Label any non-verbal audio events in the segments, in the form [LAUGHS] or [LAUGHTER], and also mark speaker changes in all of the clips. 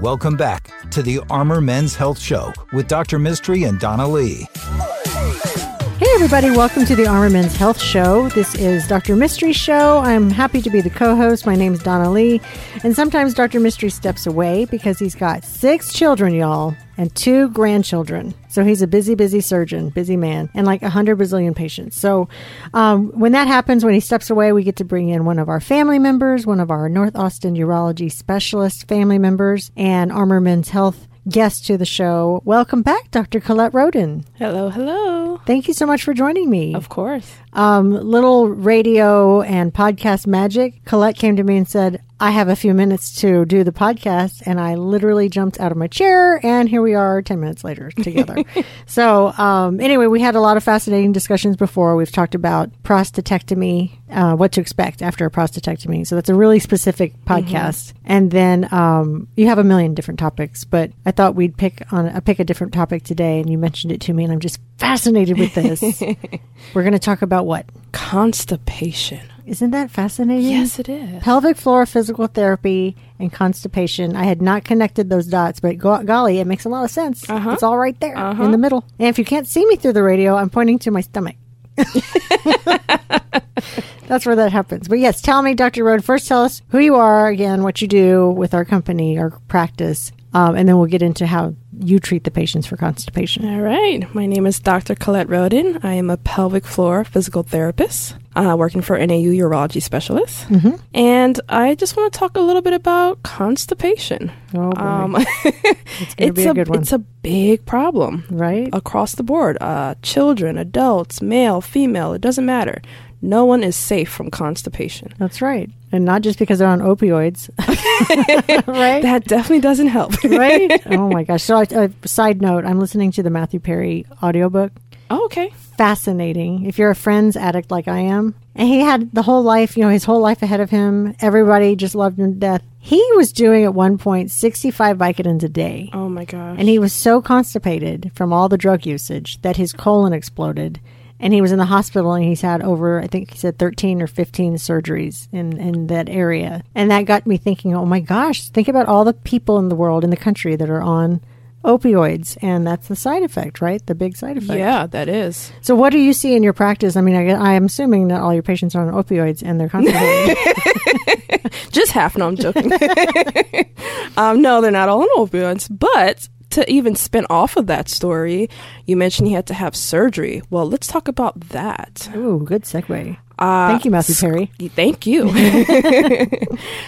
Speaker 1: Welcome back to the Armor Men's Health Show with Dr. Mystery and Donna Lee.
Speaker 2: Hey, everybody, welcome to the Armor Men's Health Show. This is Dr. Mystery Show. I'm happy to be the co host. My name is Donna Lee. And sometimes Dr. Mystery steps away because he's got six children, y'all, and two grandchildren. So he's a busy, busy surgeon, busy man, and like 100 Brazilian patients. So um, when that happens, when he steps away, we get to bring in one of our family members, one of our North Austin urology specialist family members, and Armor Men's Health guest to the show. Welcome back, Dr. Colette Roden.
Speaker 3: Hello, hello.
Speaker 2: Thank you so much for joining me.
Speaker 3: Of course.
Speaker 2: Um, little radio and podcast magic. Colette came to me and said, I have a few minutes to do the podcast. And I literally jumped out of my chair. And here we are 10 minutes later together. so, um, anyway, we had a lot of fascinating discussions before. We've talked about prostatectomy, uh, what to expect after a prostatectomy. So, that's a really specific podcast. And then um, you have a million different topics, but I thought we'd pick on uh, pick a different topic today. And you mentioned it to me, and I'm just fascinated with this. We're going to talk about what?
Speaker 3: Constipation.
Speaker 2: Isn't that fascinating?
Speaker 3: Yes, it is.
Speaker 2: pelvic floor physical therapy and constipation. I had not connected those dots, but go- golly, it makes a lot of sense.
Speaker 3: Uh-huh.
Speaker 2: It's all right there in the middle. And if you can't see me through the radio, I'm pointing to my
Speaker 3: [LAUGHS]
Speaker 2: stomach. That's where that happens. But yes, tell me, Dr. Road, first tell us who you are again, what you do with our company, our practice, um, and then we'll get into how you treat the patients for constipation.
Speaker 3: All right. My name is Dr. Colette Roden. I am a pelvic floor physical therapist uh, working for NAU urology specialist.
Speaker 2: Mm-hmm.
Speaker 3: And I just want to talk a little bit about constipation. Um,
Speaker 2: Oh, boy.
Speaker 3: it's
Speaker 2: gonna be a good one.
Speaker 3: It's a big problem.
Speaker 2: Right?
Speaker 3: across the board uh, children, adults, male, female, it doesn't matter. No one is safe from constipation.
Speaker 2: That's right. And not just because they're on opioids, [LAUGHS] right?
Speaker 3: That definitely doesn't help. [LAUGHS]
Speaker 2: right? Oh my gosh. So, I, uh, side note, I'm listening to the Matthew Perry audiobook.
Speaker 3: oh, okay.
Speaker 2: Fascinating. If you're a friends addict like I am, and he had the whole life, you know, his whole life ahead of him, everybody just loved him to death. He was doing at one point 65 Vicodins a day.
Speaker 3: Oh my gosh.
Speaker 2: And he was so constipated from all the drug usage that his colon exploded. And he was in the hospital and he's had over, I think he said 13 or 15 surgeries in, in that area. And that got me thinking, oh my gosh, think about all the people in the world, in the country that are on opioids. And that's the side effect, right? The big side effect.
Speaker 3: yeah, that is.
Speaker 2: So, what do you see in your practice? I mean, I, I'm assuming that all your patients are on opioids and they're constipated.
Speaker 3: Just half. No, I'm joking. [LAUGHS] um, no, they're not all on opioids. But to even spin off of that story, you mentioned he had to have surgery. Well, let's talk about that.
Speaker 2: Ooh, good segue.
Speaker 3: Uh,
Speaker 2: Thank you, Matthew Perry.
Speaker 3: Thank you. [LAUGHS]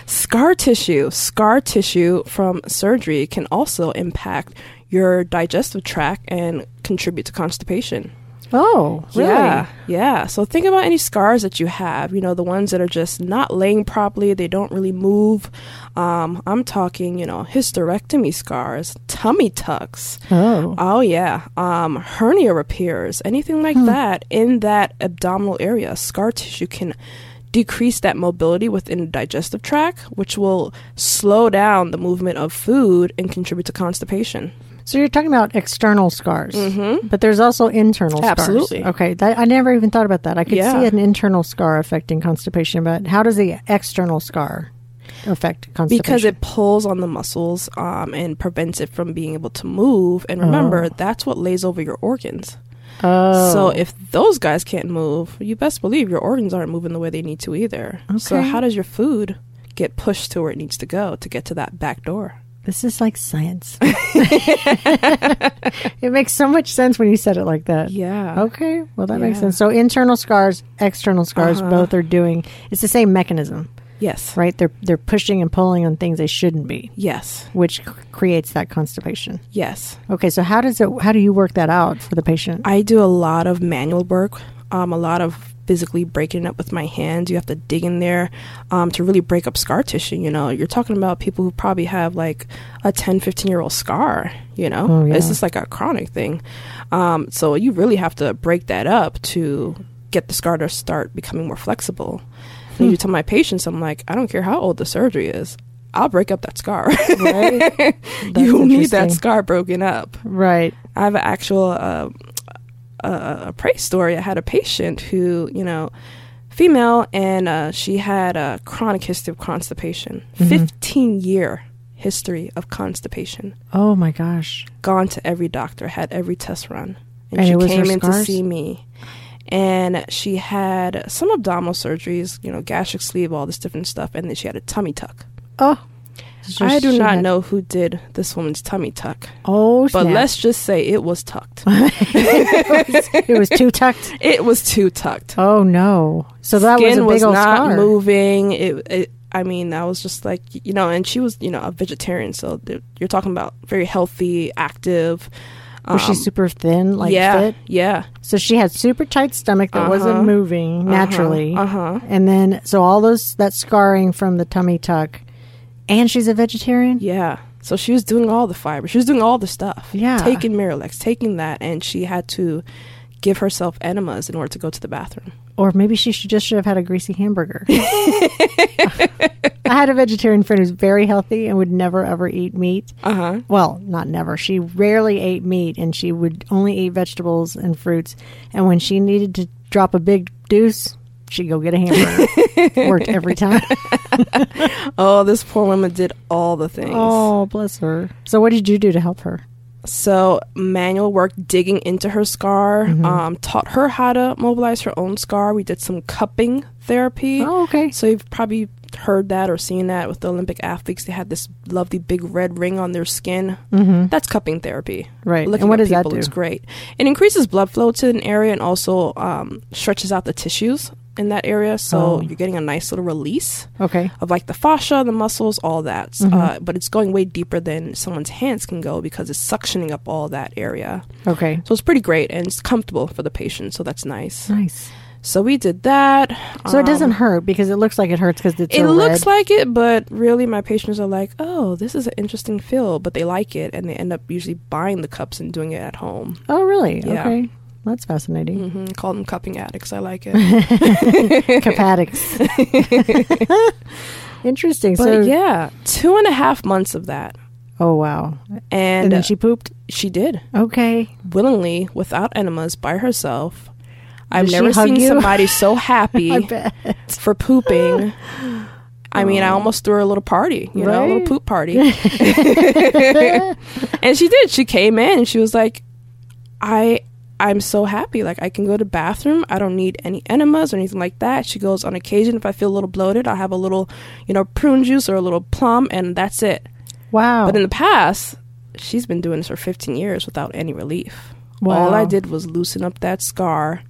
Speaker 3: scar tissue. Scar tissue from surgery can also impact your digestive tract and contribute to constipation.
Speaker 2: Oh, really?
Speaker 3: Yeah. Yeah. So think about any scars that you have, you know, the ones that are just not laying properly, they don't really move. Um, I'm talking, you know, hysterectomy scars, tummy tucks.
Speaker 2: Oh.
Speaker 3: Oh yeah, um, hernia repairs, anything like that in that abdominal area, scar tissue can decrease that mobility within the digestive tract, which will slow down the movement of food and contribute to constipation. Mm-hmm.
Speaker 2: So you're talking about external scars, but there's also internal scars.
Speaker 3: Absolutely.
Speaker 2: Okay, that, I never even thought about that. I could
Speaker 3: Yeah.
Speaker 2: see an internal scar affecting constipation, but how does the external scar affect constipation?
Speaker 3: Because it pulls on the muscles um, and prevents it from being able to move. And remember, that's what lays over your organs.
Speaker 2: oh,
Speaker 3: So if those guys can't move, you best believe your organs aren't moving the way they need to either. So
Speaker 2: Okay.
Speaker 3: how does your food get pushed to where it needs to go to get to that back door?
Speaker 2: this is like science. [LAUGHS] it makes so much sense when you said it like that.
Speaker 3: Yeah.
Speaker 2: Okay, well that makes
Speaker 3: Yeah. Uh-huh.
Speaker 2: sense. So internal scars, external scars, both are doing it's the same mechanism,
Speaker 3: Yes.
Speaker 2: right? They're they're pushing and pulling on things they shouldn't be,
Speaker 3: Yes.
Speaker 2: which c- creates that constipation.
Speaker 3: Yes.
Speaker 2: Okay, so how does it? How do you work that out for the patient?
Speaker 3: I do a lot of manual work, um, a lot of physically breaking it up with my hands. You have to dig in there um, to really break up scar tissue. You know, you're talking about people who probably have like a 10, 15 year old scar, you know?
Speaker 2: Oh, yeah.
Speaker 3: It's just like a chronic thing. Um, so you really have to break that up to get the scar to start becoming more flexible. And
Speaker 2: Hmm.
Speaker 3: you tell my patients, I'm like, I don't care how old the surgery is. I'll break up that scar. [LAUGHS]
Speaker 2: [LAUGHS]
Speaker 3: you need
Speaker 2: interesting.
Speaker 3: that scar broken up.
Speaker 2: Right.
Speaker 3: I have an actual uh, a, a prey story. I had a patient who, you know, female, and uh, she had a chronic history of constipation,
Speaker 2: Mm-hmm.
Speaker 3: fifteen year history of constipation.
Speaker 2: Oh my gosh.
Speaker 3: Gone to every doctor, had every test run, and,
Speaker 2: And it was
Speaker 3: she
Speaker 2: her
Speaker 3: came in to
Speaker 2: scars?
Speaker 3: see me. And she had some abdominal surgeries, you know, gastric sleeve, all this different stuff, and then she had a tummy tuck.
Speaker 2: Oh.
Speaker 3: I do
Speaker 2: She
Speaker 3: not
Speaker 2: had-
Speaker 3: know who did this woman's tummy tuck,
Speaker 2: Oh,
Speaker 3: but
Speaker 2: snap.
Speaker 3: let's just say it was tucked.
Speaker 2: [LAUGHS] it was too tucked.
Speaker 3: it was too tucked.
Speaker 2: Oh no! So that was a
Speaker 3: Skin
Speaker 2: big
Speaker 3: was,
Speaker 2: old
Speaker 3: not
Speaker 2: scar.
Speaker 3: moving. It, it, I mean, I was just like, you know, and she was, you know, a vegetarian, so th- you're talking about very healthy, active.
Speaker 2: Was she
Speaker 3: um,
Speaker 2: super thin, like
Speaker 3: yeah,
Speaker 2: fit?
Speaker 3: yeah,
Speaker 2: So she had super tight stomach that wasn't
Speaker 3: Uh-huh.
Speaker 2: moving naturally,
Speaker 3: Uh huh.
Speaker 2: and then so all those that scarring from the tummy tuck, and she's a vegetarian.
Speaker 3: Yeah. So she was doing all the fiber. She was doing all the stuff.
Speaker 2: Yeah.
Speaker 3: Taking Miralax, taking that, and she had to give herself enemas in order to go to the bathroom.
Speaker 2: Or maybe she should just should have had a greasy hamburger. [LAUGHS] I had a vegetarian friend who's very healthy and would never ever eat meat.
Speaker 3: Uh huh.
Speaker 2: well, not never. She rarely ate meat and she would only eat vegetables and fruits. And when she needed to drop a big deuce, she'd go get a
Speaker 3: [LAUGHS]
Speaker 2: hamburger. Worked every time.
Speaker 3: Oh, this poor woman did all the things.
Speaker 2: Oh, bless her. So, what did you do to help her?
Speaker 3: So manual work, digging into her scar,
Speaker 2: Mm-hmm.
Speaker 3: um, taught her how to mobilize her own scar. We did some cupping therapy.
Speaker 2: Oh, okay.
Speaker 3: So you've probably heard that or seen that with the Olympic athletes. They had this lovely big red ring on their skin. Mm-hmm. That's cupping therapy.
Speaker 2: Right.
Speaker 3: Looking
Speaker 2: and what
Speaker 3: at
Speaker 2: does that
Speaker 3: people
Speaker 2: do?
Speaker 3: is great. It increases blood flow to an area and also um, stretches out the tissues in that area. So
Speaker 2: Oh.
Speaker 3: you're getting a nice little release
Speaker 2: Okay.
Speaker 3: of like the fascia, the muscles, all that.
Speaker 2: Mm-hmm.
Speaker 3: Uh, but it's going way deeper than someone's hands can go because it's suctioning up all that area.
Speaker 2: Okay.
Speaker 3: So it's pretty great and it's comfortable for the patient. So that's nice.
Speaker 2: Nice.
Speaker 3: So we did that.
Speaker 2: So, it
Speaker 3: Um,
Speaker 2: doesn't hurt because it looks like it hurts because it's
Speaker 3: It
Speaker 2: so
Speaker 3: looks
Speaker 2: red.
Speaker 3: like it, but really, my patients are like, "Oh, this is an interesting feel," but they like it, and they end up usually buying the cups and doing it at home.
Speaker 2: Oh, really?
Speaker 3: Yeah.
Speaker 2: Okay. That's fascinating.
Speaker 3: [LAUGHS] hmm Call them cupping addicts. I like
Speaker 2: [LAUGHS]
Speaker 3: it. [LAUGHS]
Speaker 2: Capatics. [LAUGHS] Interesting.
Speaker 3: but
Speaker 2: so,
Speaker 3: yeah, two and a half months of that,
Speaker 2: oh, wow.
Speaker 3: and, uh,
Speaker 2: And then she pooped.
Speaker 3: she did.
Speaker 2: Okay.
Speaker 3: willingly without enemas by herself. I've
Speaker 2: Does she
Speaker 3: never
Speaker 2: hug
Speaker 3: seen
Speaker 2: you?
Speaker 3: somebody
Speaker 2: [LAUGHS]
Speaker 3: so
Speaker 2: I
Speaker 3: happy
Speaker 2: bet.
Speaker 3: for pooping. I mean, I almost threw her a little party, you know, a
Speaker 2: Right?
Speaker 3: little
Speaker 2: [LAUGHS]
Speaker 3: poop party. and she did. She came in and she was like, "I I'm so happy. Like I can go to bathroom. I don't need any enemas or anything like that." She goes, "On occasion if I feel a little bloated, I'll have a little, you know, prune juice or a little plum and that's it."
Speaker 2: Wow.
Speaker 3: But in the past, she's been doing this for 15 years without any relief.
Speaker 2: Wow.
Speaker 3: All I did was loosen up that scar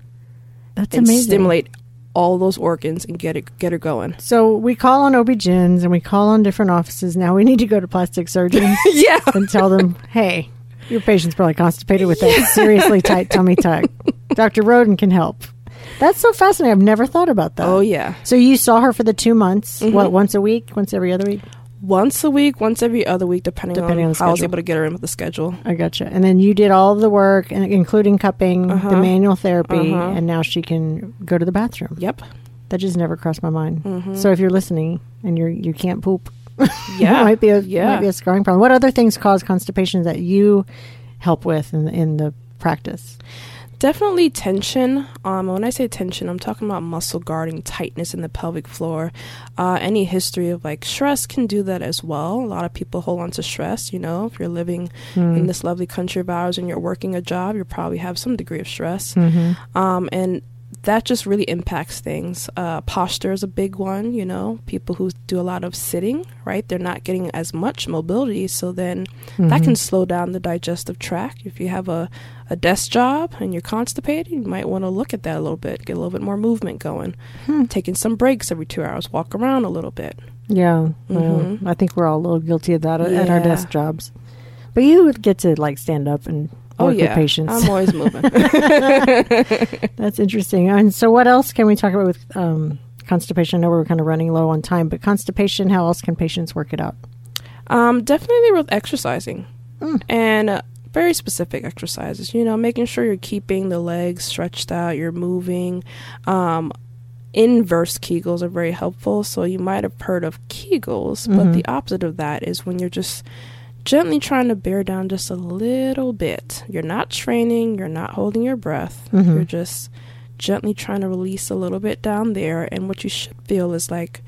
Speaker 2: That's
Speaker 3: and
Speaker 2: amazing.
Speaker 3: stimulate all those organs and get it get her going.
Speaker 2: [LAUGHS]
Speaker 3: [LAUGHS]
Speaker 2: So we call on OB-GYNs and we call on different offices. Now we need to go to plastic
Speaker 3: [LAUGHS]
Speaker 2: surgeons
Speaker 3: yeah.
Speaker 2: and tell them, hey, your patient's probably constipated with
Speaker 3: [LAUGHS]
Speaker 2: that seriously tight tummy tuck. Dr. Roden can help. That's so fascinating. I've never thought about that.
Speaker 3: Oh Mm-hmm. yeah.
Speaker 2: So you saw her for the two months, what, once a week, once every other week?
Speaker 3: Once a week, once every other week, depending,
Speaker 2: Depending
Speaker 3: on,
Speaker 2: on the
Speaker 3: how I was
Speaker 2: schedule.
Speaker 3: able to get her in with the schedule.
Speaker 2: I gotcha. And then you did all of the work, and including cupping,
Speaker 3: Uh-huh.
Speaker 2: the manual therapy, and now she can go to the bathroom.
Speaker 3: Yep. Mm-hmm.
Speaker 2: That just never crossed my mind. So if you're listening and you're you can't poop,
Speaker 3: Yeah.
Speaker 2: That might be a
Speaker 3: yeah.
Speaker 2: might be a scarring problem. What other things cause constipation that you help with in in the practice?
Speaker 3: Definitely tension. Um, when I say tension, I'm talking about muscle guarding, tightness in the pelvic floor. Uh, any history of like stress can do that as well. A lot of people hold on to stress. You know, if you're living
Speaker 2: Mm.
Speaker 3: in this lovely country of ours and you're working a job, you probably have some degree of stress. Um, and that just really impacts things. Uh, posture is a big one. You know, people who do a lot of sitting, right? They're not getting as much mobility, so then that can slow down the digestive tract. If you have a a desk job and you're constipated, you might want to look at that a little bit, get a little bit more movement going. Taking some breaks every two hours, walk around a little bit.
Speaker 2: Yeah, I think we're all a little guilty of that at our
Speaker 3: Mm-hmm. Yeah.
Speaker 2: desk jobs. But you would get to like stand up and work
Speaker 3: Oh yeah,
Speaker 2: with patients.
Speaker 3: [LAUGHS] I'm always moving.
Speaker 2: [LAUGHS] That's interesting. And so, what else can we talk about with um, constipation? I know we're kind of running low on time, but constipation. How else can patients work it out?
Speaker 3: um, definitely with exercising and uh, very specific exercises. You know, making sure you're keeping the legs stretched out, you're moving. Um, inverse Kegels are very helpful. So you might have heard of Kegels, but the opposite of that is when you're just gently trying to bear down just a little bit. You're not training, you're not holding your breath.
Speaker 2: Mm-hmm.
Speaker 3: You're just gently trying to release a little bit down there. And what you should feel is like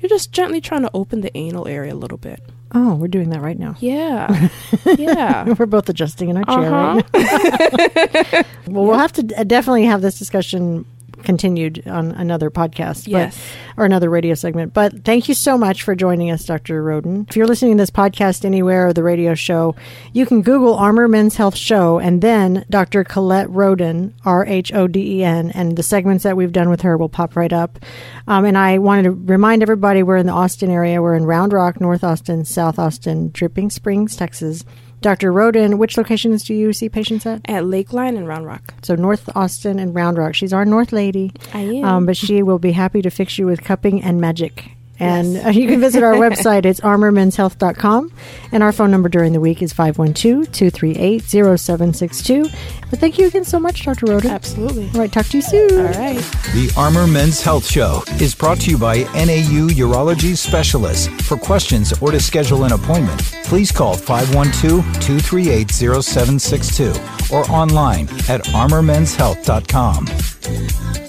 Speaker 3: you're just gently trying to open the anal area a little bit.
Speaker 2: Oh, we're doing that right now. [LAUGHS]
Speaker 3: Yeah. yeah.
Speaker 2: We're both adjusting in our chair [LAUGHS]
Speaker 3: Uh-huh.
Speaker 2: right now. well, we'll have to d- uh, definitely have this discussion continued on another podcast. but-
Speaker 3: Yes.
Speaker 2: or another radio segment. But thank you so much for joining us, Dr. Roden. If you're listening to this podcast anywhere or the radio show, you can Google Armor Men's Health Show and then Dr. Colette Roden, R H O D E N, and the segments that we've done with her will pop right up. Um, and I wanted to remind everybody we're in the Austin area. We're in Round Rock, North Austin, South Austin, Dripping Springs, Texas. Dr. Roden, which locations do you see patients at?
Speaker 3: At Lakeline and Round Rock.
Speaker 2: So North Austin and Round Rock. She's our North lady.
Speaker 3: I am.
Speaker 2: Um, but she will be happy to fix you with cupping and magic. And uh, [LAUGHS] you can visit
Speaker 3: [LAUGHS]
Speaker 2: our website. It's armormenshealth.com. And our phone number during the week is 512 238 0762. But thank you again so much, Dr. Roden.
Speaker 3: Absolutely.
Speaker 2: All right, talk to you soon.
Speaker 3: Uh, All right.
Speaker 1: The Armor Men's Health Show is brought to you by NAU Urology Specialists. For questions or to schedule an appointment, please call 512-238-0762 or online at armormenshealth.com.